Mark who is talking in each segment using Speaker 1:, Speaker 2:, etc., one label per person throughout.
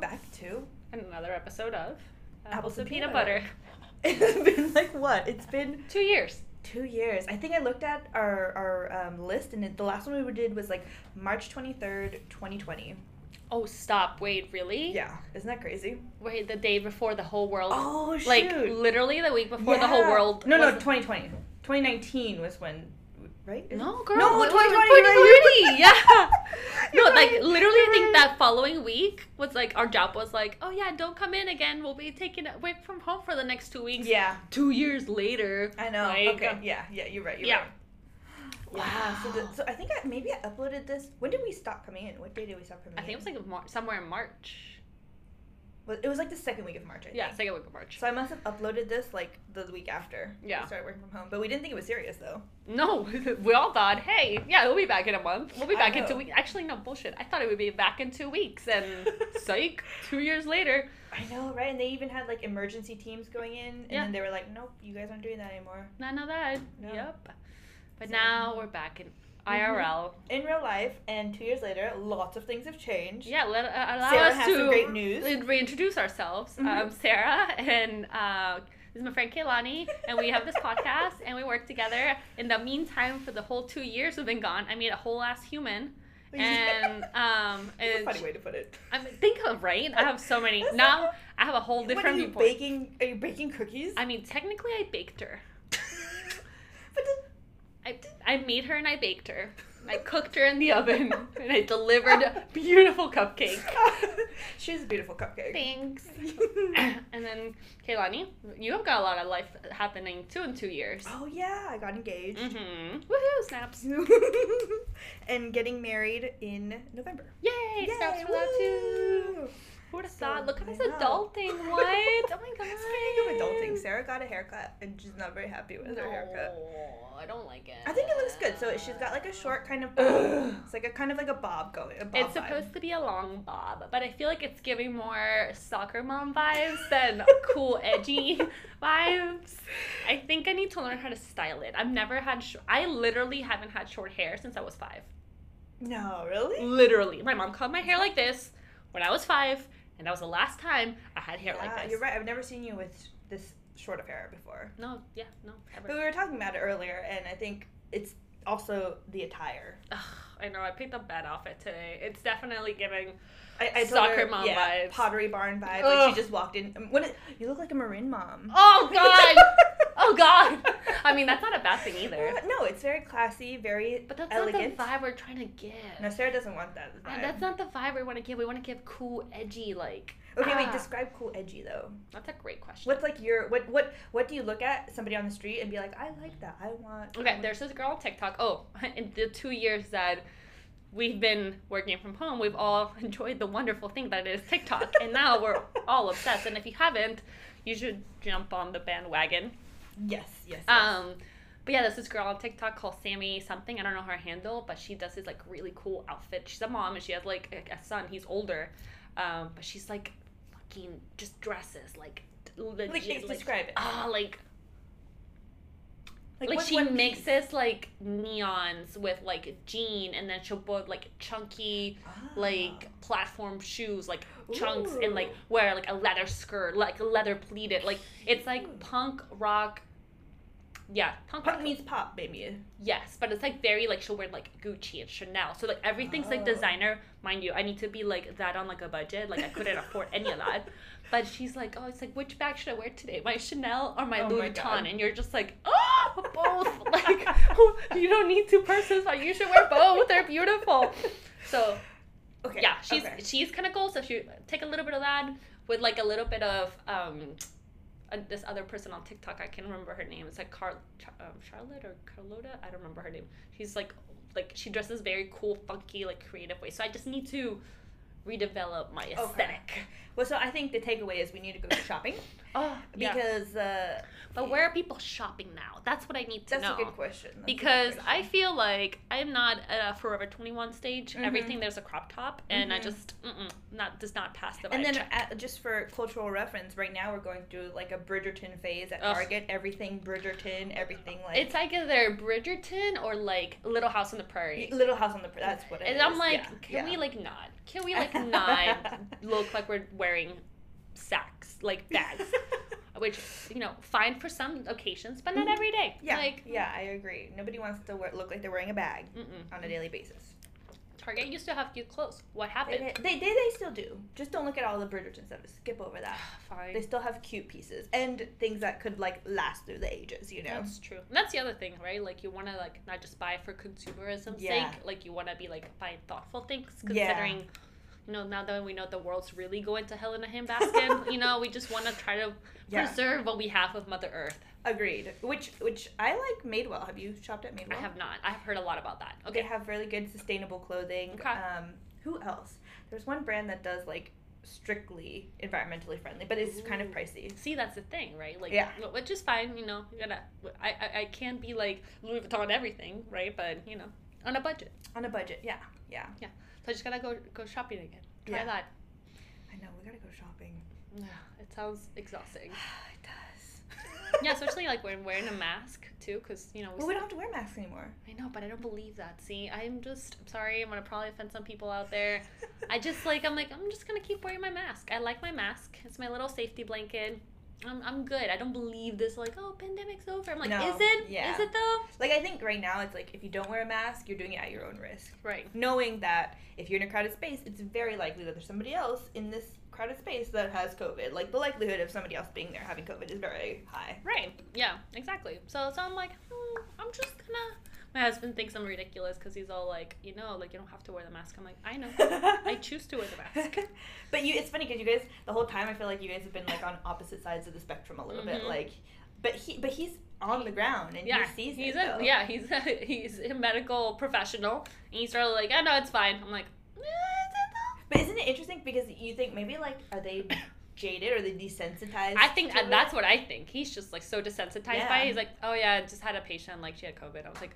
Speaker 1: back to.
Speaker 2: And another episode of
Speaker 1: Apples and
Speaker 2: Peanut
Speaker 1: Peanut
Speaker 2: Butter.
Speaker 1: It's been like what? It's been
Speaker 2: Two years.
Speaker 1: two years. I think I looked at our our um, list, and it, the last one we did was like March twenty third, twenty twenty.
Speaker 2: Oh, stop. Wait, really?
Speaker 1: Yeah, isn't that crazy?
Speaker 2: Wait, the day before the whole world.
Speaker 1: Oh shoot!
Speaker 2: like, literally the week before the whole
Speaker 1: Yeah.
Speaker 2: world.
Speaker 1: No, no,
Speaker 2: was-
Speaker 1: 2020. 2019 was when, right? Is
Speaker 2: No,
Speaker 1: it-
Speaker 2: girl.
Speaker 1: No,
Speaker 2: what-
Speaker 1: 2020. right?
Speaker 2: 2020, yeah. No,
Speaker 1: You're
Speaker 2: like,
Speaker 1: right.
Speaker 2: literally, I
Speaker 1: You're
Speaker 2: think
Speaker 1: right.
Speaker 2: that following week was like, our job was like, oh, yeah, don't come in again. We'll be taken away from home for the next two weeks.
Speaker 1: Yeah,
Speaker 2: Two years later.
Speaker 1: I know.
Speaker 2: Like,
Speaker 1: okay.
Speaker 2: uh,
Speaker 1: Yeah, yeah, you're right. You're
Speaker 2: yeah.
Speaker 1: right. So, the, so I think I, maybe I uploaded this. When did we stop coming in? What day did we stop coming
Speaker 2: I
Speaker 1: in?
Speaker 2: think it was like Mar- somewhere in March.
Speaker 1: Well, it was like the second week of March. I
Speaker 2: Yeah,
Speaker 1: Think.
Speaker 2: second week of March.
Speaker 1: So I must have uploaded this like the week after.
Speaker 2: Yeah.
Speaker 1: We started working from home, but we didn't think it was serious though.
Speaker 2: No, we all thought, hey, yeah, we'll be back in a month. We'll be
Speaker 1: I
Speaker 2: back in
Speaker 1: know.
Speaker 2: two weeks. Actually, no, bullshit. I thought it would be back in two weeks, and psych, two years later.
Speaker 1: I know, right? And they even had like emergency teams going in, and
Speaker 2: Yeah.
Speaker 1: then they were like, "Nope, you guys aren't doing that anymore."
Speaker 2: None of that.
Speaker 1: No.
Speaker 2: Yep. But
Speaker 1: So- Mm-hmm.
Speaker 2: now we're back in IRL.
Speaker 1: In real life, and two years later, lots of things have changed.
Speaker 2: Yeah, let, uh, allow
Speaker 1: Sarah
Speaker 2: us
Speaker 1: has
Speaker 2: to
Speaker 1: some great news.
Speaker 2: reintroduce ourselves.
Speaker 1: Mhm.
Speaker 2: Um, Sarah and uh, this is my friend Kaylani, and we have this podcast, and we work together. In the meantime, for the whole two years we've been gone, I made a whole ass human, and um,
Speaker 1: That's a
Speaker 2: and
Speaker 1: funny way to put it.
Speaker 2: I mean, think of right. I have so many
Speaker 1: That's
Speaker 2: now.
Speaker 1: not-
Speaker 2: I have a whole
Speaker 1: What are
Speaker 2: different
Speaker 1: you
Speaker 2: viewpoint.
Speaker 1: baking? Are you baking cookies?
Speaker 2: I mean, technically, I baked her.
Speaker 1: but the-
Speaker 2: I, I made her and I baked her. I cooked her in the oven and I delivered a beautiful cupcake.
Speaker 1: She's a beautiful cupcake.
Speaker 2: Thanks. and then Kaylani, you have got a lot of life happening too in two years.
Speaker 1: oh yeah, I got engaged.
Speaker 2: Mm-hmm. Woohoo! Snaps.
Speaker 1: and getting married in November.
Speaker 2: Yay! snaps for that too.
Speaker 1: woo!
Speaker 2: Who would have
Speaker 1: So,
Speaker 2: thought? Look at
Speaker 1: I
Speaker 2: this
Speaker 1: know.
Speaker 2: adulting. What? Oh my god.
Speaker 1: Speaking of adulting, Sarah got a haircut and she's not very happy with her haircut.
Speaker 2: No, I don't like it.
Speaker 1: I think it looks good. So she's got like a short kind of it's like a kind of like a bob going. A bob
Speaker 2: It's
Speaker 1: vibe.
Speaker 2: supposed to be a long bob, but I feel like it's giving more soccer mom vibes than cool, edgy vibes. I think I need to learn how to style it. I've never had, sh- I literally haven't had short hair since I was five.
Speaker 1: No,
Speaker 2: Mm,
Speaker 1: really?
Speaker 2: Literally. My mom cut my hair like this when I was five, and that was the last time I had hair like
Speaker 1: Yeah,
Speaker 2: this.
Speaker 1: you're right. I've never seen you with this short of hair before.
Speaker 2: No, yeah, no,
Speaker 1: But
Speaker 2: ever.
Speaker 1: we were talking about it earlier, and I think it's also the attire.
Speaker 2: Ugh, I know, I picked a bad outfit today. It's definitely giving,
Speaker 1: I, I told
Speaker 2: Soccer
Speaker 1: her,
Speaker 2: mom
Speaker 1: yeah,
Speaker 2: vibes.
Speaker 1: pottery barn vibe. Like
Speaker 2: Ugh.
Speaker 1: she just walked in. um, What? It, you look like a marin mom.
Speaker 2: oh god! oh god! I mean, that's not a bad thing either.
Speaker 1: No, it's very classy, very.
Speaker 2: But that's
Speaker 1: Elegant.
Speaker 2: not the vibe we're trying to give.
Speaker 1: No, Sarah doesn't want that.
Speaker 2: Uh,
Speaker 1: vibe.
Speaker 2: that's not the vibe we want to give. We want to give cool, edgy, like.
Speaker 1: Okay,
Speaker 2: Ah.
Speaker 1: wait. Describe cool edgy though.
Speaker 2: That's a great question.
Speaker 1: What's like your what what what do you look at somebody on the street and be like, I like that. I want.
Speaker 2: Okay, there's this girl on TikTok. Oh, in the two years that we've been working from home, we've all enjoyed the wonderful thing that is TikTok, and now we're all obsessed. And if you haven't, you should jump on the bandwagon.
Speaker 1: Yes, yes. yes.
Speaker 2: Um, but yeah, there's this girl on TikTok called Sammy something. I don't know her handle, but she does this like really cool outfit. She's a mom and she has like a, a son. He's older, um, but she's like fucking just dresses like t-
Speaker 1: like,
Speaker 2: legit. Like,
Speaker 1: describe it.
Speaker 2: ah, like like,
Speaker 1: what's
Speaker 2: she
Speaker 1: one piece?
Speaker 2: mixes like neons with like jean, and then she'll put like chunky like platform shoes, like chunks, and like
Speaker 1: Ah. Ooh.
Speaker 2: wear like a leather skirt, like a leather pleated. Like it's like
Speaker 1: Ooh.
Speaker 2: punk rock. Yeah, punk,
Speaker 1: punk
Speaker 2: rock.
Speaker 1: meets pop, baby.
Speaker 2: yes, but it's like very like she'll wear like Gucci and Chanel. So like everything's like
Speaker 1: Oh.
Speaker 2: designer, mind you. I need to be like that on like a budget. Like I couldn't afford any of that. But she's like, oh, it's like which bag should I wear today, my Chanel or my
Speaker 1: Oh my
Speaker 2: Louis
Speaker 1: God.
Speaker 2: Vuitton? And you're just like, oh, both. like you don't need two purses, but you should wear both. They're beautiful. So
Speaker 1: Okay.
Speaker 2: yeah, she's
Speaker 1: okay.
Speaker 2: she's kind of cool. So she take a little bit of that with like a little bit of um, uh, this other person on TikTok. I can't remember her name. It's like Car Char- um, Charlotte or Carlota. I don't remember her name. She's like like she dresses very cool, funky, like creative way. So I just need to redevelop my aesthetic.
Speaker 1: Well, so I think the takeaway is we need to go shopping
Speaker 2: Oh,
Speaker 1: Ah,
Speaker 2: yeah.
Speaker 1: because uh,
Speaker 2: But where are people shopping now? That's what I need to
Speaker 1: that's
Speaker 2: know.
Speaker 1: a good question. That's a good
Speaker 2: because
Speaker 1: question.
Speaker 2: I feel like I'm not at a Forever 21 stage.
Speaker 1: Mhm.
Speaker 2: Everything there's a crop top, and I
Speaker 1: Mhm.
Speaker 2: just mm-mm, not does not pass the.
Speaker 1: And
Speaker 2: vibe
Speaker 1: then,
Speaker 2: check.
Speaker 1: at, just for cultural reference, right now we're going through like a Bridgerton phase at
Speaker 2: Ugh.
Speaker 1: Target. Everything Bridgerton, everything like
Speaker 2: It's like either Bridgerton or like Little House on the Prairie.
Speaker 1: Little House on the Pra- That's what it is.
Speaker 2: And I'm like,
Speaker 1: yeah,
Speaker 2: can
Speaker 1: yeah.
Speaker 2: we like not? Can we like not look like we're wearing sacks like bags? Which you know, fine for some occasions, but not
Speaker 1: Mhm.
Speaker 2: every day.
Speaker 1: yeah.
Speaker 2: Like
Speaker 1: yeah, I agree. Nobody wants to wear, look like they're wearing a bag
Speaker 2: mm-mm.
Speaker 1: on a daily basis.
Speaker 2: Target used to have cute clothes. What
Speaker 1: They,
Speaker 2: happened?
Speaker 1: they, they, they still do. Just don't look at all the Bridgerton stuff. Skip over that.
Speaker 2: Fine.
Speaker 1: They still have cute pieces and things that could like last through the ages, you know?
Speaker 2: That's true. And that's the other thing, right? Like you want to like not just buy for consumerism's
Speaker 1: Yeah.
Speaker 2: sake. Like you want to be like buying thoughtful things,
Speaker 1: Yeah.
Speaker 2: considering. You know, now that we know the world's really going to hell in a handbasket, you know, we just want to try to
Speaker 1: Yeah.
Speaker 2: preserve what we have of Mother Earth.
Speaker 1: Agreed. Which which I like Madewell. Have you shopped at Madewell?
Speaker 2: I have not. I've heard a lot about that.
Speaker 1: They
Speaker 2: Okay.
Speaker 1: have really good sustainable clothing.
Speaker 2: Okay.
Speaker 1: Um, who else? There's one brand that does like strictly environmentally friendly, but it's kind of
Speaker 2: Ooh.
Speaker 1: pricey.
Speaker 2: See, that's the thing, right? Like,
Speaker 1: Yeah.
Speaker 2: wh- which is fine, you know. You gotta. I, I, I can't be like Louis Vuitton everything, right? But you know, on a budget,
Speaker 1: On a budget, yeah, yeah.
Speaker 2: so I just gotta go go shopping again. Try
Speaker 1: Yeah.
Speaker 2: that.
Speaker 1: I know we gotta go shopping.
Speaker 2: Ugh, It sounds exhausting.
Speaker 1: it does.
Speaker 2: yeah, especially like when wearing a mask too, because you know. We
Speaker 1: Well, we don't have to wear masks anymore.
Speaker 2: I know, but I don't believe that. See, I'm just I'm sorry. I'm gonna probably offend some people out there. I just like I'm like I'm just gonna keep wearing my mask. I like my mask. It's my little safety blanket. I'm, I'm good. I don't believe this like oh pandemic's over. I'm like
Speaker 1: No,
Speaker 2: is it?
Speaker 1: yeah.
Speaker 2: Is it though?
Speaker 1: like I think right now it's like if you don't wear a mask, you're doing it at your own risk.
Speaker 2: Right.
Speaker 1: Knowing that if you're in a crowded space, it's very likely that there's somebody else in this crowded space that has COVID. Like the likelihood of somebody else being there having COVID is very high.
Speaker 2: Right. Yeah. Exactly. So so I'm like hmm, I'm just gonna. My husband thinks I'm ridiculous because he's all like you know like you don't have to wear the mask. I'm like I know. I choose to wear the mask.
Speaker 1: but you, it's funny because you guys, the whole time, I feel like you guys have been like on opposite sides of the spectrum a little bit.
Speaker 2: Mhm.
Speaker 1: Like, but he, but he's on the ground and
Speaker 2: Yeah,
Speaker 1: he sees
Speaker 2: he's
Speaker 1: it.
Speaker 2: a
Speaker 1: though.
Speaker 2: yeah he's a, he's a medical professional and he started like I know it's fine. I'm like. "Eh, is it though?"
Speaker 1: But isn't it interesting because you think maybe like are they jaded? Are they desensitized?
Speaker 2: I think
Speaker 1: to
Speaker 2: uh,
Speaker 1: it?
Speaker 2: that's what I think. He's just like so desensitized by
Speaker 1: Yeah.
Speaker 2: it. He's like, oh yeah, I just had a patient, like she had COVID. I was like,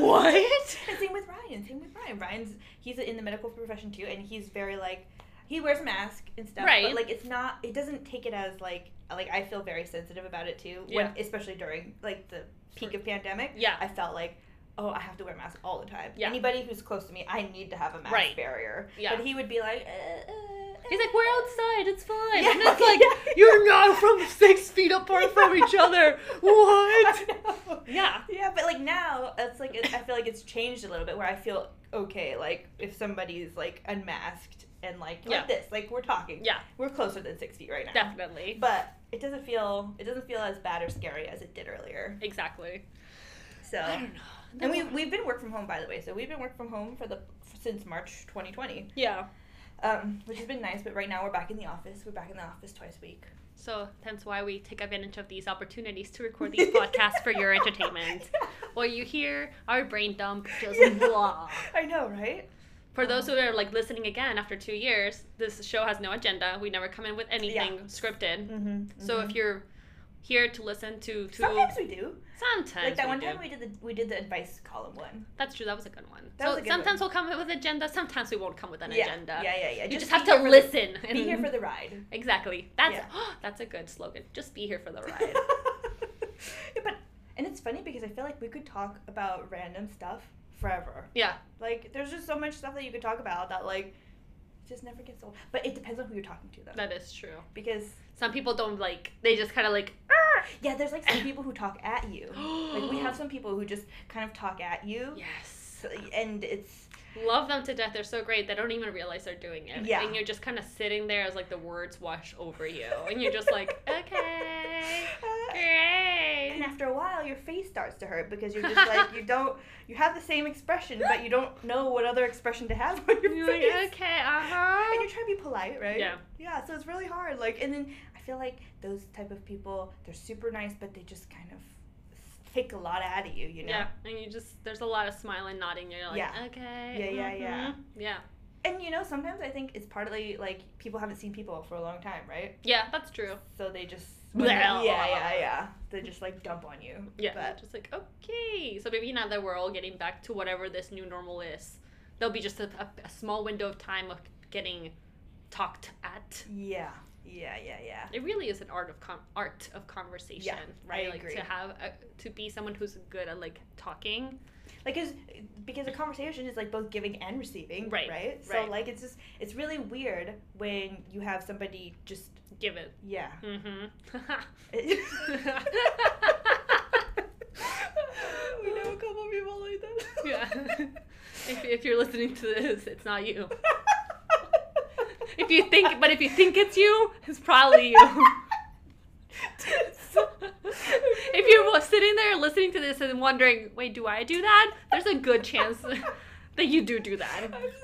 Speaker 2: what?
Speaker 1: And same with Ryan. Same with Ryan. Ryan's he's in the medical profession too, and he's very like he wears a mask and stuff. But
Speaker 2: Right.
Speaker 1: like it's not. It doesn't take it as like like I feel very sensitive about it too.
Speaker 2: Yeah.
Speaker 1: When especially during like the peak of pandemic,
Speaker 2: yeah,
Speaker 1: I felt like. Oh, I have to wear a mask all the time.
Speaker 2: Yeah.
Speaker 1: Anybody who's close to me, I need to have a mask
Speaker 2: Right.
Speaker 1: barrier.
Speaker 2: Yeah.
Speaker 1: But he would be like, uh, uh,
Speaker 2: he's
Speaker 1: uh.
Speaker 2: like, we're outside, it's fine.
Speaker 1: Yeah.
Speaker 2: And it's like, you're not from six feet apart from each other. What?
Speaker 1: I know.
Speaker 2: Yeah.
Speaker 1: Yeah, but like now, it's like I feel like it's changed a little bit where I feel okay, like if somebody's like unmasked and like
Speaker 2: Yeah.
Speaker 1: like this, like we're talking,
Speaker 2: Yeah,
Speaker 1: we're closer than six feet right now.
Speaker 2: definitely.
Speaker 1: But it doesn't feel it doesn't feel as bad or scary as it did earlier.
Speaker 2: Exactly.
Speaker 1: So
Speaker 2: I don't know.
Speaker 1: and we we've been work from home by the way, so we've been work from home for the since March 2020,
Speaker 2: yeah.
Speaker 1: um, which has been nice. But right now we're back in the office. We're back in the office twice a week.
Speaker 2: So hence why we take advantage of these opportunities to record these podcasts for your entertainment. While you hear our brain dump just
Speaker 1: Yeah.
Speaker 2: blah.
Speaker 1: I know, right?
Speaker 2: For those who are like listening again after two years, this show has no agenda. We never come in with anything scripted.
Speaker 1: Mm-hmm.
Speaker 2: So if you're here to listen to to
Speaker 1: sometimes we do,
Speaker 2: sometimes
Speaker 1: like that
Speaker 2: we
Speaker 1: one
Speaker 2: do.
Speaker 1: time we did the we did the advice column one.
Speaker 2: that's true. That was a good one.
Speaker 1: That
Speaker 2: so
Speaker 1: was a good
Speaker 2: sometimes we'll come in with agenda. Sometimes we won't come with an
Speaker 1: yeah.
Speaker 2: agenda.
Speaker 1: Yeah, yeah, yeah.
Speaker 2: You just,
Speaker 1: be
Speaker 2: have
Speaker 1: here
Speaker 2: to
Speaker 1: for the-
Speaker 2: listen.
Speaker 1: be here
Speaker 2: and-
Speaker 1: for the ride.
Speaker 2: exactly. That's that's a good slogan. Just be here for the ride.
Speaker 1: yeah, but and it's funny because I feel like we could talk about random stuff forever.
Speaker 2: Yeah.
Speaker 1: Like there's just so much stuff that you could talk about that like just never gets old. But it depends on who you're talking to though.
Speaker 2: that is true.
Speaker 1: Because
Speaker 2: Some people don't like. They just kind of like.
Speaker 1: yeah, there's like some people who talk at you. Like we have some people who just kind of talk at you.
Speaker 2: Yes.
Speaker 1: So- And it's
Speaker 2: Love them to death. They're so great. They don't even realize they're doing it.
Speaker 1: Yeah.
Speaker 2: And you're just kind of sitting there as like the words wash over you, and you're just like, okay,
Speaker 1: Uh,
Speaker 2: great.
Speaker 1: and after a while your face starts to hurt because you're just like you don't you have the same expression but you don't know what other expression to have on your
Speaker 2: You're
Speaker 1: face
Speaker 2: like, okay, uh
Speaker 1: and
Speaker 2: huh.
Speaker 1: you're trying to be polite right
Speaker 2: Yeah.
Speaker 1: yeah so it's really hard like and then i feel like those type of people they're super nice but they just kind of take a lot out of you you know
Speaker 2: Yeah. And you just there's a lot of smiling, nodding. You're like,
Speaker 1: Yeah.
Speaker 2: okay.
Speaker 1: Yeah, yeah, yeah.
Speaker 2: mhm, Yeah.
Speaker 1: and you know sometimes i think it's partly like people haven't seen people for a long time right
Speaker 2: Yeah, that's true.
Speaker 1: so they just
Speaker 2: Blah.
Speaker 1: yeah yeah yeah they just like dump on you
Speaker 2: Yeah.
Speaker 1: but
Speaker 2: Just like, okay. So maybe now that we're all getting back to whatever this new normal is, there'll be just a, a, a small window of time of getting talked at.
Speaker 1: yeah yeah yeah yeah
Speaker 2: It really is an art of con- art of conversation,
Speaker 1: Yeah,
Speaker 2: right?
Speaker 1: I
Speaker 2: like
Speaker 1: agree.
Speaker 2: to have a, to be someone who's good at like talking
Speaker 1: like cause, because a conversation is like both giving and receiving
Speaker 2: Right,
Speaker 1: right so
Speaker 2: right.
Speaker 1: like it's just it's really weird when you have somebody just
Speaker 2: Give it.
Speaker 1: yeah
Speaker 2: Mm-hmm.
Speaker 1: we know a couple people like that
Speaker 2: yeah. if, if you're listening to this, it's not you. If you think, but if you think it's you, it's probably you. if you're wa- sitting there listening to this and wondering, wait, do I do that? There's a good chance that you do do that. Mm-hmm.
Speaker 1: I'm just-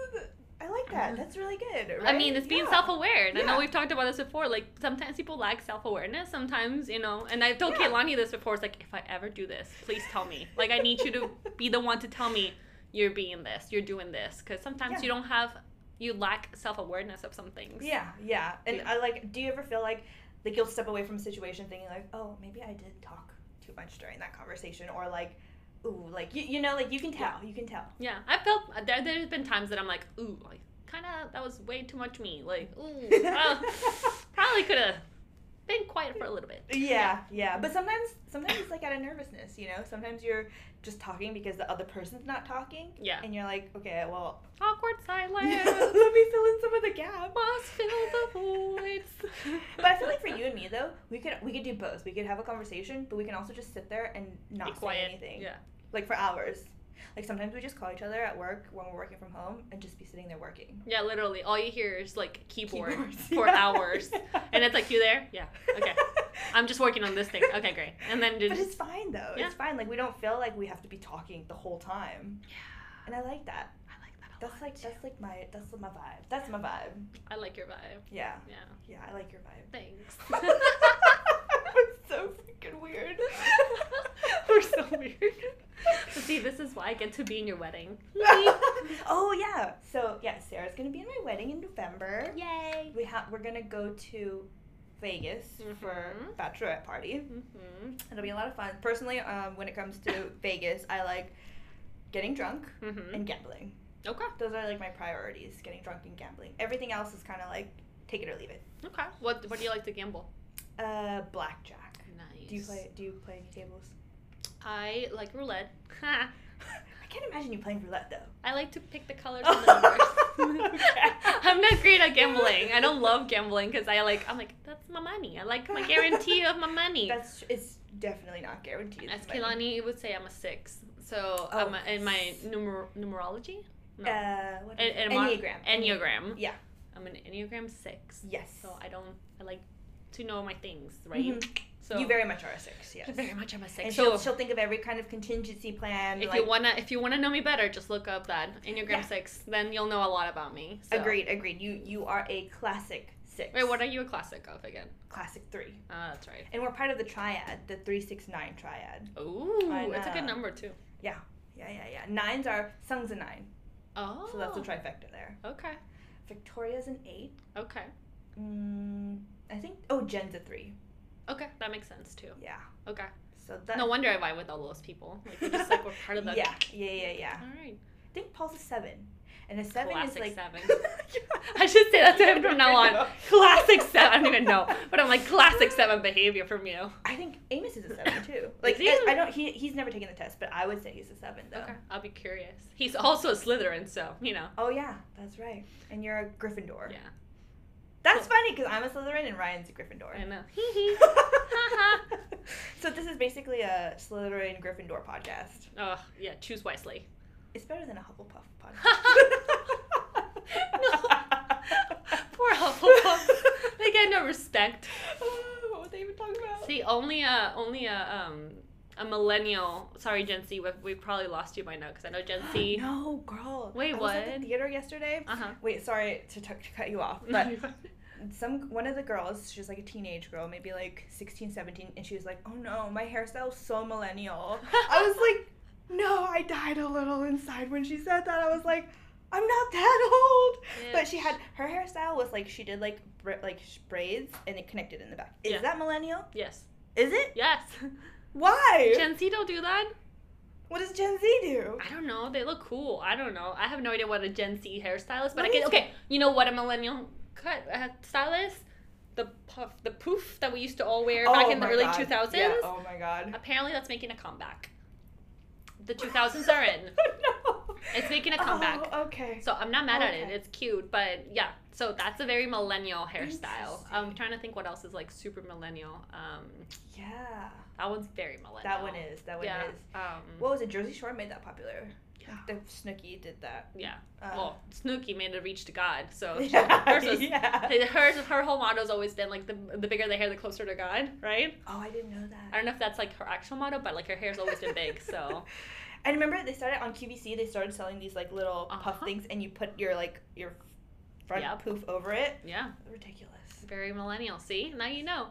Speaker 1: I like that. That's really good.
Speaker 2: I mean,
Speaker 1: right?
Speaker 2: it's being
Speaker 1: Yeah.
Speaker 2: self-aware. And I
Speaker 1: Yeah.
Speaker 2: know we've talked about this before. Like sometimes people lack self-awareness. Sometimes, you know, and I've told
Speaker 1: Yeah.
Speaker 2: Kaylani this before. It's like if I ever do this, please tell me. Like I need you to be the one to tell me you're being this, you're doing this, because sometimes
Speaker 1: Yeah.
Speaker 2: you don't have, you lack self-awareness of some things.
Speaker 1: Yeah, yeah. And
Speaker 2: Yeah.
Speaker 1: I like. Do you ever feel like like you'll step away from a situation thinking like, oh, maybe I did talk too much during that conversation, or like, ooh, like you, you know, like you can tell, you can tell.
Speaker 2: Yeah, I felt there. There's been times that I'm like, ooh, like, kind of that was way too much me. Like, ooh, Mm, well, probably could have been quiet for a little bit.
Speaker 1: Yeah, yeah. But sometimes, sometimes it's like out of nervousness, you know. Sometimes you're just talking because the other person's not talking,
Speaker 2: Yeah.
Speaker 1: and you're like, okay, well,
Speaker 2: Awkward silence.
Speaker 1: let me fill in some of the gap.
Speaker 2: Must fill the voids.
Speaker 1: But I feel like for you and me though, we could we could do both. We could have a conversation, but we can also just sit there and not
Speaker 2: Be quiet.
Speaker 1: say anything.
Speaker 2: Yeah.
Speaker 1: Like for hours. Like sometimes we just call each other at work when we're working from home and just be sitting there working.
Speaker 2: Yeah, literally, all you hear is like keyboard
Speaker 1: Keyboards,
Speaker 2: for
Speaker 1: yeah.
Speaker 2: hours, and it's like you there? Yeah. Okay. I'm just working on this thing. Okay, great. And then
Speaker 1: But
Speaker 2: just
Speaker 1: it's fine though.
Speaker 2: Yeah.
Speaker 1: It's fine. Like we don't feel like we have to be talking the whole time.
Speaker 2: yeah,
Speaker 1: And I like that.
Speaker 2: I like that a
Speaker 1: That's
Speaker 2: lot.
Speaker 1: like that's like my that's my vibe. That's my vibe.
Speaker 2: I like your vibe.
Speaker 1: Yeah.
Speaker 2: Yeah.
Speaker 1: Yeah, I like your vibe.
Speaker 2: Thanks.
Speaker 1: Oh. That's so freaking weird.
Speaker 2: We're so weird. See, this is why I get to be in your wedding.
Speaker 1: oh yeah. So yeah, Sarah's gonna be in my wedding in November.
Speaker 2: Yay!
Speaker 1: We have we're gonna go to Vegas for
Speaker 2: Mhm.
Speaker 1: bachelorette party.
Speaker 2: Mm-hmm.
Speaker 1: It'll be a lot of fun. Personally, um, when it comes to Vegas, I like getting drunk
Speaker 2: Mm-hmm.
Speaker 1: and gambling.
Speaker 2: Okay.
Speaker 1: Those are like my priorities: getting drunk and gambling. Everything else is kind of like take it or leave it.
Speaker 2: Okay. What What do you like to gamble?
Speaker 1: Uh, blackjack.
Speaker 2: Nice.
Speaker 1: Do you play? Do you play any tables?
Speaker 2: I like roulette.
Speaker 1: I can't imagine you playing roulette though.
Speaker 2: I like to pick the colors on the numbers.
Speaker 1: Okay.
Speaker 2: I'm not great at gambling. I don't love gambling because I like. I'm like that's my money. I like my guarantee of my money.
Speaker 1: That's it's definitely not guaranteed.
Speaker 2: As
Speaker 1: but-
Speaker 2: Kehlani would say, I'm a six. So
Speaker 1: Oh.
Speaker 2: I'm a, in my numer- numerology. No.
Speaker 1: Uh, what is
Speaker 2: An-
Speaker 1: it?
Speaker 2: an amount-
Speaker 1: Enneagram.
Speaker 2: Enneagram.
Speaker 1: Yeah.
Speaker 2: I'm an Enneagram six.
Speaker 1: Yes.
Speaker 2: So I don't. I like to know my things, right?
Speaker 1: Mhm.
Speaker 2: So
Speaker 1: you very much are a six. Yes.
Speaker 2: I very much I'm a six.
Speaker 1: And
Speaker 2: so
Speaker 1: she'll, she'll think of every kind of contingency plan.
Speaker 2: if
Speaker 1: like,
Speaker 2: you wanna if you wanna know me better, just look up that Enneagram
Speaker 1: Yeah.
Speaker 2: six. Then you'll know a lot about me. So.
Speaker 1: agreed, agreed. You you are a classic six.
Speaker 2: Wait, what are you a classic of again?
Speaker 1: classic three?
Speaker 2: Ah, that's right.
Speaker 1: And we're part of the triad, the three six nine triad.
Speaker 2: Ooh,
Speaker 1: I
Speaker 2: it's a good
Speaker 1: know.
Speaker 2: number too.
Speaker 1: Yeah, yeah, yeah. Nines are sung's a nine,
Speaker 2: Oh,
Speaker 1: so that's the trifecta there.
Speaker 2: Okay,
Speaker 1: Victoria's an eight.
Speaker 2: okay,
Speaker 1: Mm, I think. Oh, Jen's a three.
Speaker 2: okay. That makes sense too.
Speaker 1: Yeah.
Speaker 2: Okay.
Speaker 1: So that.
Speaker 2: no wonder I vibe with all those people. Like we're just like we're part of the.
Speaker 1: Yeah, yeah, yeah, yeah.
Speaker 2: All right.
Speaker 1: I think Paul's a seven, and a seven
Speaker 2: Classic
Speaker 1: is like Oh
Speaker 2: seven. I should say that to him from now
Speaker 1: I
Speaker 2: on.
Speaker 1: know.
Speaker 2: Classic seven. I don't even know, but I'm like classic seven behavior from you.
Speaker 1: I think Amos is a seven too. Like
Speaker 2: he?
Speaker 1: I, I don't. He, he's never taken the test, but I would say he's a seven though.
Speaker 2: Okay, I'll be curious. He's also a Slytherin, so you know.
Speaker 1: Oh yeah, that's right. And you're a Gryffindor.
Speaker 2: Yeah,
Speaker 1: That's funny because I'm a Slytherin and Ryan's a Gryffindor.
Speaker 2: I know. Hee hee.
Speaker 1: so this is basically a Slytherin Gryffindor podcast.
Speaker 2: Oh yeah, choose wisely.
Speaker 1: It's better than a Hufflepuff podcast.
Speaker 2: Poor Hufflepuff. They get no respect.
Speaker 1: Oh, what were they even talking about?
Speaker 2: See, only a only a um a millennial. Sorry, Gen Z. We've, we've probably lost you by now because I know Gen Z.
Speaker 1: no, girl.
Speaker 2: Wait,
Speaker 1: I was at
Speaker 2: what?
Speaker 1: the theater yesterday.
Speaker 2: Uh huh.
Speaker 1: Wait, sorry to, t- to cut you off, but some one of the girls she was like a teenage girl maybe like 16 17 and she was like oh no my hairstyle's so millennial i was like no i died a little inside when she said that i was like i'm not that old but she had her hairstyle was like she did like br- like sh- braids and it connected in the back is
Speaker 2: Yeah.
Speaker 1: that millennial
Speaker 2: yes,
Speaker 1: is it
Speaker 2: yes.
Speaker 1: why
Speaker 2: Gen Z don't do that.
Speaker 1: what does gen z do
Speaker 2: I don't know. They look cool. I don't know. I have no idea what a Gen Z hairstyle is, but I
Speaker 1: What
Speaker 2: can.
Speaker 1: is
Speaker 2: Okay, you know what a millennial cut uh, style is? The puff, the poof that we used to all wear back
Speaker 1: Oh
Speaker 2: in the
Speaker 1: my
Speaker 2: early
Speaker 1: God. Oh.
Speaker 2: two thousands.
Speaker 1: yeah, oh my god
Speaker 2: Apparently, that's making a comeback. the 2000s are in.
Speaker 1: no.
Speaker 2: It's making a comeback.
Speaker 1: Oh, okay.
Speaker 2: So I'm not mad at
Speaker 1: Okay.
Speaker 2: it. It's cute, but yeah. So that's a very millennial hairstyle. Um, I'm
Speaker 1: Interesting.
Speaker 2: trying to think what else is like super millennial. Um,
Speaker 1: Yeah.
Speaker 2: that one's very millennial.
Speaker 1: That one is. That one
Speaker 2: yeah.
Speaker 1: is.
Speaker 2: Um,
Speaker 1: What was it? Jersey Shore made that popular.
Speaker 2: Yeah.
Speaker 1: The Snooki did that.
Speaker 2: yeah.
Speaker 1: Uh,
Speaker 2: well, Snooki made a reach to God. So she-
Speaker 1: yeah.
Speaker 2: hers was-
Speaker 1: yeah.
Speaker 2: her her whole motto's always been like the the bigger the hair, the closer to God, right?
Speaker 1: Oh, I didn't know that.
Speaker 2: I don't know if that's like her actual motto, but like her hair's always been big. So
Speaker 1: I remember they started on QVC. They started selling these like little puff
Speaker 2: Uh-huh.
Speaker 1: things, and you put your like your front
Speaker 2: Yep.
Speaker 1: poof over it.
Speaker 2: yeah,
Speaker 1: Ridiculous.
Speaker 2: very millennial. See, now you know.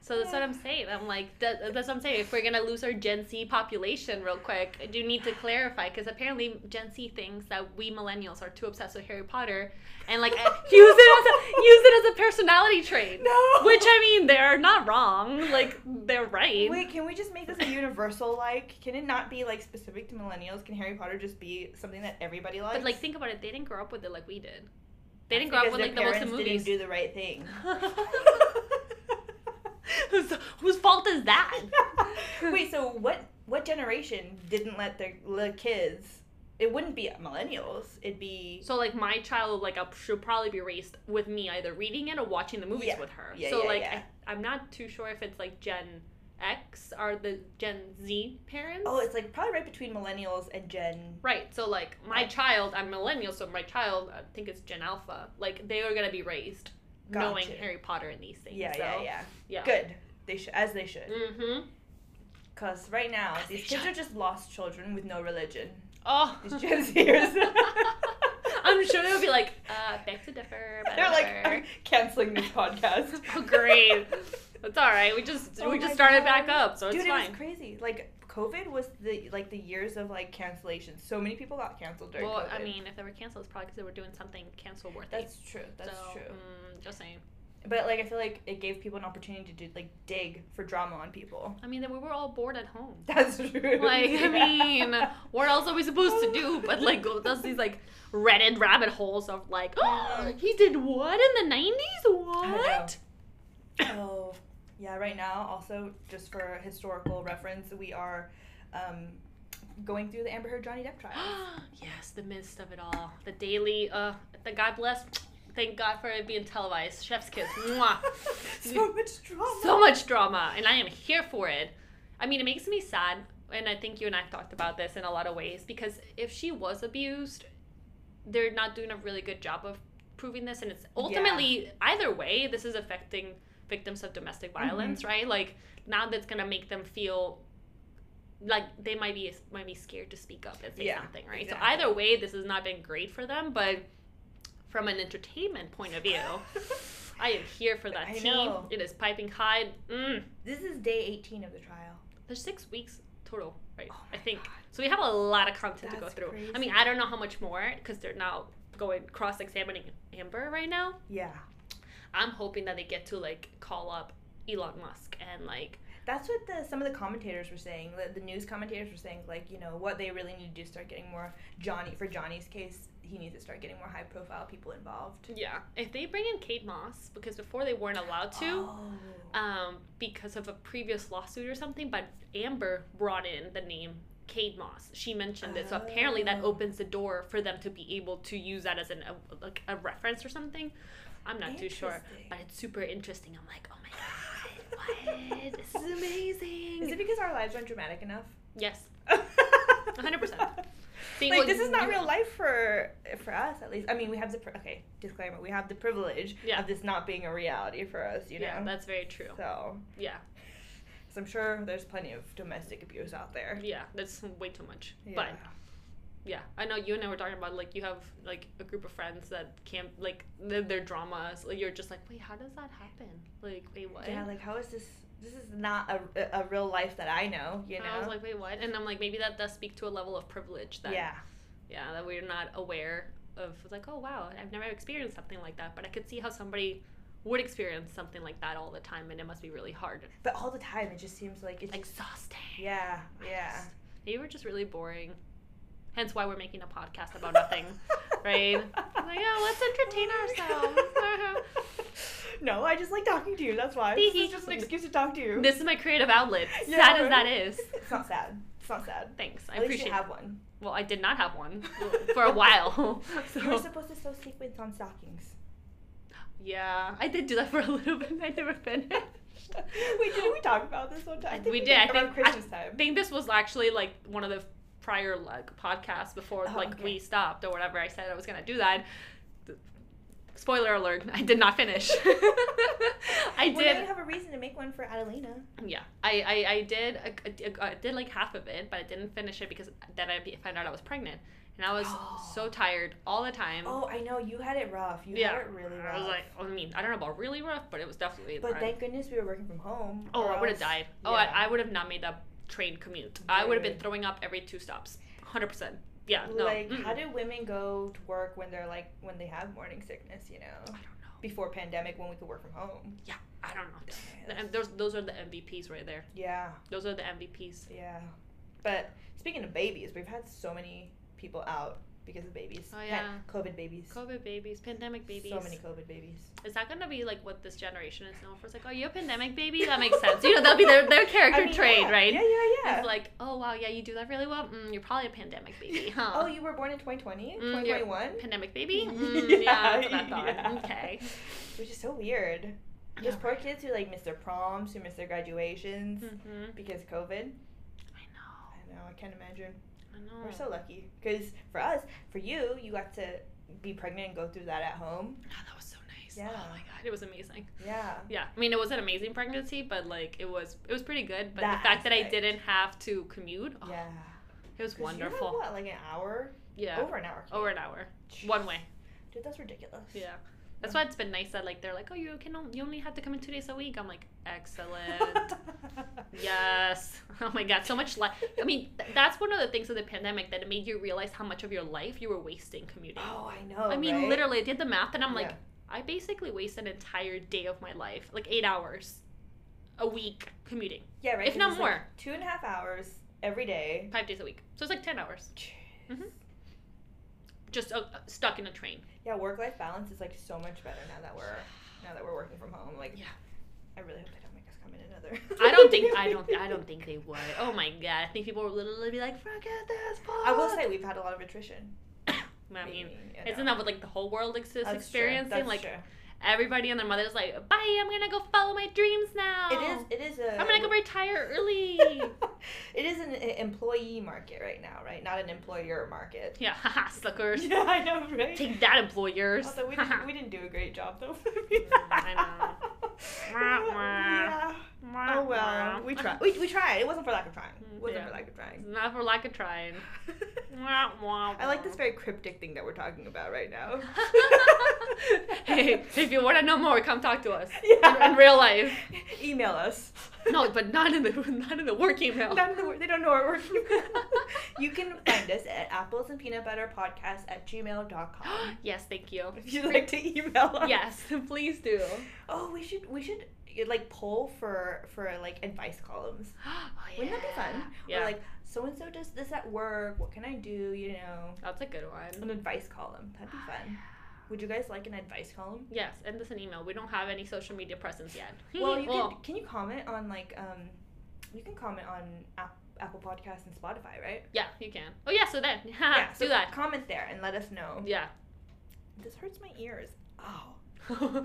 Speaker 2: So that's what I'm saying. I'm like, that, that's what I'm saying. If we're gonna lose our Gen Z population real quick, I do need to clarify because apparently Gen Z thinks that we millennials are too obsessed with Harry Potter and like use it as a, use it as a personality trait.
Speaker 1: No.
Speaker 2: Which I mean, they're not wrong. Like they're right.
Speaker 1: Wait, can we just make this a universal like? Can it not be like specific to millennials? Can Harry Potter just be something that everybody likes?
Speaker 2: But like, think about it. They didn't grow up with it like we did. They didn't grow
Speaker 1: because
Speaker 2: up with
Speaker 1: their
Speaker 2: like the most of
Speaker 1: parents
Speaker 2: movies.
Speaker 1: didn't do the right thing.
Speaker 2: whose, whose fault is that?
Speaker 1: Wait, so what what generation didn't let their little kids? It wouldn't be millennials. It'd be
Speaker 2: So like my child like up should probably be raised with me either reading it or watching the movies
Speaker 1: Yeah.
Speaker 2: with her.
Speaker 1: Yeah,
Speaker 2: so
Speaker 1: yeah,
Speaker 2: like
Speaker 1: yeah.
Speaker 2: I, I'm not too sure if it's like Gen X are the Gen Z parents.
Speaker 1: oh, it's like probably right between millennials and Gen.
Speaker 2: Right, so like my
Speaker 1: Right.
Speaker 2: child, I'm millennial, so my child, I think it's Gen Alpha. Like they are gonna be raised knowing
Speaker 1: Gotcha.
Speaker 2: Harry Potter and these things.
Speaker 1: Yeah,
Speaker 2: so,
Speaker 1: yeah, yeah,
Speaker 2: yeah.
Speaker 1: Good. They should, as they should,
Speaker 2: Mm-hmm.
Speaker 1: because right now
Speaker 2: As they
Speaker 1: these kids
Speaker 2: should.
Speaker 1: are just lost children with no religion.
Speaker 2: Oh,
Speaker 1: These Gen Zers.
Speaker 2: I'm sure they'll be like, uh, back to differ.
Speaker 1: They're like
Speaker 2: whatever.
Speaker 1: "I'm canceling this podcast.
Speaker 2: oh great, that's all right. We just
Speaker 1: Oh
Speaker 2: we
Speaker 1: my
Speaker 2: just started
Speaker 1: God.
Speaker 2: back up, so it's
Speaker 1: Dude,
Speaker 2: fine.
Speaker 1: it was crazy. Like COVID was the like the years of like cancellations. So many people got canceled during
Speaker 2: well,
Speaker 1: COVID.
Speaker 2: I mean, if they were canceled, it's probably because they were doing something cancel worthy.
Speaker 1: that's true. That's
Speaker 2: so,
Speaker 1: true.
Speaker 2: Mm, just saying.
Speaker 1: But like I feel like it gave people an opportunity to do, like dig for drama on people.
Speaker 2: I mean, then we were all bored at home.
Speaker 1: That's true.
Speaker 2: Like, I
Speaker 1: Yeah.
Speaker 2: mean, what else are we supposed to do? But like, go does these like Reddit rabbit holes of like, oh, he did what in the '90s? What?
Speaker 1: Oh, yeah. Right now, also just for historical reference, we are um, going through the Amber Heard Johnny Depp trial.
Speaker 2: yes, the midst of it all. The daily, uh, the God bless, thank God for it being televised. Chef's kiss. Mwah.
Speaker 1: so much drama.
Speaker 2: so much drama, and I am here for it. I mean, it makes me sad, and I think you and I have talked about this in a lot of ways because if she was abused, they're not doing a really good job of proving this, and it's ultimately either way, this is affecting victims of domestic
Speaker 1: Mm-hmm.
Speaker 2: violence, right? Like now that's gonna make them feel like they might be might be scared to speak up and say
Speaker 1: Yeah,
Speaker 2: something, right?
Speaker 1: exactly.
Speaker 2: So either way, this has not been great for them, but from an entertainment point of view. I am here for that
Speaker 1: I
Speaker 2: team.
Speaker 1: know.
Speaker 2: It is piping hot. Mm.
Speaker 1: this is day 18 of the trial.
Speaker 2: There's six weeks total, right?
Speaker 1: Oh
Speaker 2: I
Speaker 1: my
Speaker 2: think.
Speaker 1: God.
Speaker 2: So we have a lot of content to go
Speaker 1: That's
Speaker 2: through. I
Speaker 1: crazy.
Speaker 2: mean, I don't know how much more because they're now going cross examining Amber right now.
Speaker 1: Yeah.
Speaker 2: I'm hoping that they get to like call up Elon Musk and like,
Speaker 1: That's what the, some of the commentators were saying. The, the news commentators were saying, like, you know, what they really need to do is start getting more Johnny. For Johnny's case, he needs to start getting more high profile people involved.
Speaker 2: yeah, if they bring in Kate Moss because before they weren't allowed to.
Speaker 1: Oh.
Speaker 2: um, because of a previous lawsuit or something, but Amber brought in the name Cade Moss. She mentioned it, so apparently that
Speaker 1: Oh.
Speaker 2: opens the door for them to be able to use that as an a, like a reference or something. I'm not too sure,
Speaker 1: Interesting.
Speaker 2: but it's super interesting. I'm like, oh my god, what? this is amazing.
Speaker 1: Is it because our lives aren't dramatic enough?
Speaker 2: yes,
Speaker 1: 100%.
Speaker 2: 100%. See,
Speaker 1: like
Speaker 2: what-
Speaker 1: this is not
Speaker 2: you-
Speaker 1: real life for for us at least. I mean, we have the pri- okay disclaimer. We have the privilege
Speaker 2: Yeah.
Speaker 1: of this not being a reality for us, you know.
Speaker 2: Yeah, that's very true.
Speaker 1: so,
Speaker 2: Yeah,
Speaker 1: so I'm sure there's plenty of domestic abuse out there.
Speaker 2: yeah, that's way too much. But
Speaker 1: Yeah.
Speaker 2: yeah i know you and i were talking about like you have like a group of friends that can't like their, their dramas like you're just like wait how does that happen like wait what
Speaker 1: yeah, like how is this? This is not a, a, a real life that I know, you know.
Speaker 2: And i was like wait what and i'm like maybe that does speak to a level of privilege that
Speaker 1: yeah,
Speaker 2: yeah, that we're not aware of It's like oh wow i've never experienced something like that but i could see how somebody would experience something like that all the time and it must be really hard
Speaker 1: but all the time it just seems like it's
Speaker 2: exhausting
Speaker 1: yeah, yeah.
Speaker 2: maybe we're just really boring hence why we're making a podcast about nothing right? I'm like, "Oh, let's entertain ourselves."
Speaker 1: no, I just like talking to you. That's why. This is just an excuse to talk to you.
Speaker 2: this is my creative outlet
Speaker 1: Yeah,
Speaker 2: sad as
Speaker 1: right.
Speaker 2: that is
Speaker 1: It's not sad. It's not sad.
Speaker 2: Thanks. I
Speaker 1: At least
Speaker 2: appreciate
Speaker 1: you have one.
Speaker 2: Well, I did not have one for a while.
Speaker 1: You were
Speaker 2: so,
Speaker 1: supposed to sew sequins on stockings.
Speaker 2: yeah, I did do that for a little bit. and I never finished.
Speaker 1: Wait, didn't we talk about this one time? I think
Speaker 2: We did, I
Speaker 1: around
Speaker 2: think- I-
Speaker 1: Christmas
Speaker 2: I
Speaker 1: time.
Speaker 2: think this was actually like one of the prior like podcasts before
Speaker 1: Oh,
Speaker 2: like
Speaker 1: okay.
Speaker 2: we stopped or whatever. I said I was gonna do that. Th- Spoiler alert! I did not finish. I
Speaker 1: Well, now you
Speaker 2: did.
Speaker 1: have a reason to make one for Adelina.
Speaker 2: Yeah, I I, I did uh, I, I did like half of it, but I didn't finish it because then I be- found out I was pregnant, and I was so tired all the time.
Speaker 1: Oh, I know you had it rough. You
Speaker 2: yeah,
Speaker 1: had it really rough.
Speaker 2: I was like, oh, I mean, I don't know about really rough, but it was definitely.
Speaker 1: but
Speaker 2: rough.
Speaker 1: thank goodness we were working from home.
Speaker 2: oh,
Speaker 1: or
Speaker 2: I would have
Speaker 1: else-
Speaker 2: died. Oh, I,
Speaker 1: Yeah.
Speaker 2: I would have not made that train commute. I would have been
Speaker 1: Dude.
Speaker 2: throwing up every two stops. Hundred percent. Yeah. No.
Speaker 1: Like,
Speaker 2: mm-mm.
Speaker 1: how do women go to work when they're like when they have morning sickness? You
Speaker 2: I
Speaker 1: know,
Speaker 2: don't know.
Speaker 1: before pandemic when we could work from home.
Speaker 2: I don't know. The- and those those are the MVPs right there.
Speaker 1: Yeah,
Speaker 2: Those are the MVPs.
Speaker 1: yeah. But speaking of babies, we've had so many people out because of babies.
Speaker 2: Oh,
Speaker 1: Had
Speaker 2: yeah.
Speaker 1: COVID babies.
Speaker 2: COVID babies, pandemic babies.
Speaker 1: So many COVID babies.
Speaker 2: Is that gonna be like what this generation is known for? It's like, oh, you a pandemic baby? That makes sense. You know, that'll be their, their character
Speaker 1: I mean,
Speaker 2: trait,
Speaker 1: yeah.
Speaker 2: right?
Speaker 1: Yeah, yeah, yeah.
Speaker 2: It's like, oh wow, yeah, you do that really well. Mm, you're probably a pandemic baby, huh?
Speaker 1: Oh, you were born in 2020,
Speaker 2: Mm, you're-
Speaker 1: 2021,
Speaker 2: pandemic baby?
Speaker 1: Yeah,
Speaker 2: Mm, yeah, that's what I thought.
Speaker 1: yeah.
Speaker 2: Okay.
Speaker 1: which is so weird. There's
Speaker 2: Yeah.
Speaker 1: poor kids who like miss their proms, who miss their graduations
Speaker 2: Mm-hmm.
Speaker 1: because COVID.
Speaker 2: I know.
Speaker 1: I know, I can't imagine.
Speaker 2: I know.
Speaker 1: We're so lucky because for us, for you, you got to be pregnant and go through that at home.
Speaker 2: No, that was so nice.
Speaker 1: Yeah.
Speaker 2: Oh my god, it was amazing.
Speaker 1: Yeah.
Speaker 2: Yeah, I mean, it was an amazing pregnancy, but like it was it was pretty good. But
Speaker 1: That
Speaker 2: the fact that I
Speaker 1: aspect.
Speaker 2: didn't have to commute, oh,
Speaker 1: Yeah.
Speaker 2: it was
Speaker 1: 'Cause you had,
Speaker 2: wonderful.
Speaker 1: what, like an hour?
Speaker 2: yeah, over,
Speaker 1: Over an hour.
Speaker 2: an hour, one way.
Speaker 1: Dude, that's ridiculous.
Speaker 2: Yeah. That's why it's been nice that like they're like, oh, you can on- you only have to come in two days a week. I'm like, excellent. yes. Oh my god, so much life. I mean, th- that's one of the things of the pandemic that it made you realize how much of your life you were wasting commuting.
Speaker 1: Oh, I know.
Speaker 2: I mean,
Speaker 1: right?
Speaker 2: literally, I did the math, and I'm like,
Speaker 1: Yeah.
Speaker 2: I basically waste an entire day of my life, like eight hours a week commuting,
Speaker 1: Yeah, right.
Speaker 2: if
Speaker 1: 'cause
Speaker 2: not
Speaker 1: it's,
Speaker 2: more,
Speaker 1: like, two and a half hours every day.
Speaker 2: five days a week. So it's like 10 hours Mm-hmm.
Speaker 1: Jeez.
Speaker 2: just uh, uh, stuck in a train.
Speaker 1: Yeah, work life balance is like so much better now that we're now that we're working from home. Like,
Speaker 2: Yeah.
Speaker 1: I really hope they don't make us come in another.
Speaker 2: I don't think I don't I don't think they would. Oh my god, I think people would literally be like, forget this.
Speaker 1: I will
Speaker 2: fuck."
Speaker 1: say we've had a lot of attrition.
Speaker 2: I mean,
Speaker 1: you
Speaker 2: isn't
Speaker 1: know.
Speaker 2: that what like the whole world ex- is
Speaker 1: That's true,
Speaker 2: experiencing?
Speaker 1: that's
Speaker 2: like
Speaker 1: true.
Speaker 2: everybody and their mother's like, bye, I'm gonna go follow my dreams now.
Speaker 1: It is. It is a.
Speaker 2: I'm gonna go retire early.
Speaker 1: it is an e- employee market right now, right? Not an employer market.
Speaker 2: yeah, haha, suckers.
Speaker 1: Yeah, I know, right?
Speaker 2: Take that, employers.
Speaker 1: Although we didn't, we didn't do a great job though.
Speaker 2: Mm, I know. Wah, wah.
Speaker 1: yeah. Oh well, we tried. We, we tried. It wasn't for lack of trying. It wasn't
Speaker 2: Mm, Yeah.
Speaker 1: for lack of trying.
Speaker 2: Not for lack of trying. Wah, wah,
Speaker 1: I like
Speaker 2: wah.
Speaker 1: this very cryptic thing that we're talking about right now.
Speaker 2: hey, if you want to know more, come talk to us
Speaker 1: Yeah.
Speaker 2: in, in real life.
Speaker 1: Email us.
Speaker 2: No, but not in the not in the work email.
Speaker 1: Not in the wor- they don't know our work email. you can find us at apples and peanut butter podcast at gmail.com.
Speaker 2: yes, thank you.
Speaker 1: if you'd like to email us.
Speaker 2: Yes, please do.
Speaker 1: Oh, we should we should like poll for for like advice columns.
Speaker 2: Oh,
Speaker 1: Wouldn't that be fun?
Speaker 2: Yeah,
Speaker 1: Or like so and so does this at work. What can I do? You know,
Speaker 2: that's a good
Speaker 1: an
Speaker 2: one.
Speaker 1: advice column. That'd be fun. Would you guys like an advice column?
Speaker 2: Yes, send us an email. We don't have any social media presence yet.
Speaker 1: Well, you
Speaker 2: Hmm. Well,
Speaker 1: can. Can you comment on like um, you can comment on App, Apple Podcasts and Spotify, right?
Speaker 2: yeah, you can. Oh yeah, so then
Speaker 1: so
Speaker 2: do that.
Speaker 1: Comment there and let us know.
Speaker 2: Yeah.
Speaker 1: This hurts my ears. Ow.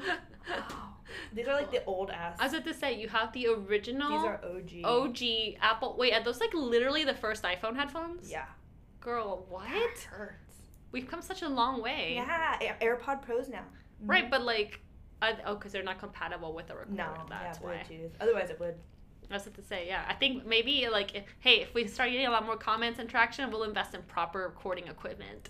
Speaker 2: I
Speaker 1: These are like the old ass.
Speaker 2: was about to say you have the original
Speaker 1: These are OG.
Speaker 2: OG Apple. Wait, are those like literally the first iPhone headphones?
Speaker 1: Yeah.
Speaker 2: Girl, what?
Speaker 1: That hurts.
Speaker 2: We've come such a long way.
Speaker 1: Yeah, Air- AirPod Pros now. Mm.
Speaker 2: Right, but like, I, oh, because they're not compatible with the recorder.
Speaker 1: No,
Speaker 2: that's
Speaker 1: yeah,
Speaker 2: why.
Speaker 1: Bluetooth. Otherwise, it would.
Speaker 2: I was about to say, yeah. I think maybe like, if, hey, if we start getting a lot more comments and traction, we'll invest in proper recording equipment.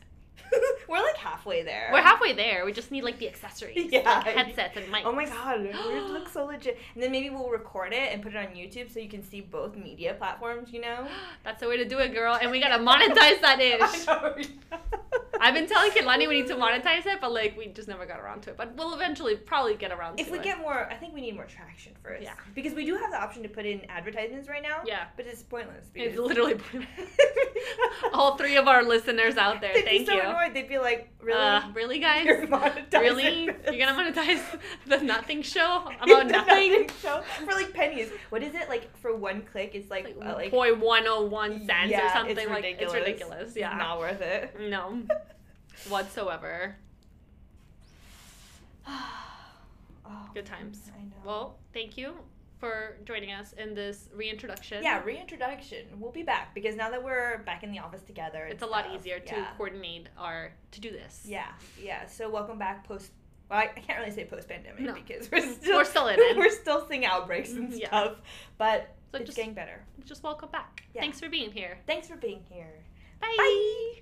Speaker 1: We're like halfway there.
Speaker 2: We're halfway there. We just need like the accessories,
Speaker 1: Yeah.
Speaker 2: like headsets and mics.
Speaker 1: Oh my god, it would look so legit. And then maybe we'll record it and put it on YouTube so you can see both media platforms, you know?
Speaker 2: That's the way to do it, girl. And we gotta monetize that
Speaker 1: I
Speaker 2: ish.
Speaker 1: know.
Speaker 2: I've been telling Kilani we need to monetize it, but like we just never got around to it. But we'll eventually probably get around
Speaker 1: If
Speaker 2: to
Speaker 1: we
Speaker 2: it.
Speaker 1: get more, I think we need more traction first.
Speaker 2: Yeah.
Speaker 1: Because we do have the option to put in advertisements right now.
Speaker 2: yeah,
Speaker 1: But it's pointless.
Speaker 2: it's
Speaker 1: Because
Speaker 2: literally all three of our listeners out there.
Speaker 1: They'd
Speaker 2: thank
Speaker 1: be so
Speaker 2: you.
Speaker 1: annoyed. They'd be like, really?
Speaker 2: Uh, really, guys?
Speaker 1: You're monetizing
Speaker 2: Really?
Speaker 1: this?
Speaker 2: You're gonna monetize the nothing show
Speaker 1: The
Speaker 2: about nothing?
Speaker 1: show for like pennies. What is it like for one click? It's like uh,
Speaker 2: Like
Speaker 1: like
Speaker 2: point one oh one cents
Speaker 1: Yeah,
Speaker 2: or
Speaker 1: it's
Speaker 2: something like
Speaker 1: ridiculous.
Speaker 2: it's ridiculous. Yeah.
Speaker 1: not worth it.
Speaker 2: No. Whatsoever.
Speaker 1: Oh,
Speaker 2: Good times.
Speaker 1: I know.
Speaker 2: Well, thank you for joining us in this reintroduction.
Speaker 1: yeah, reintroduction. We'll be back because now that we're back in the office together, and
Speaker 2: It's a lot
Speaker 1: stuff,
Speaker 2: easier to
Speaker 1: yeah.
Speaker 2: coordinate our to do this.
Speaker 1: Yeah, yeah. So welcome back post. Well, I, I can't really say post pandemic
Speaker 2: No.
Speaker 1: because we're still
Speaker 2: We're still in it. Mm,
Speaker 1: we're still seeing outbreaks and
Speaker 2: Yeah.
Speaker 1: stuff, but
Speaker 2: So
Speaker 1: it's
Speaker 2: just
Speaker 1: getting better.
Speaker 2: just welcome back.
Speaker 1: Yeah.
Speaker 2: Thanks for being here.
Speaker 1: Thanks for being here.
Speaker 2: Bye.
Speaker 1: Bye.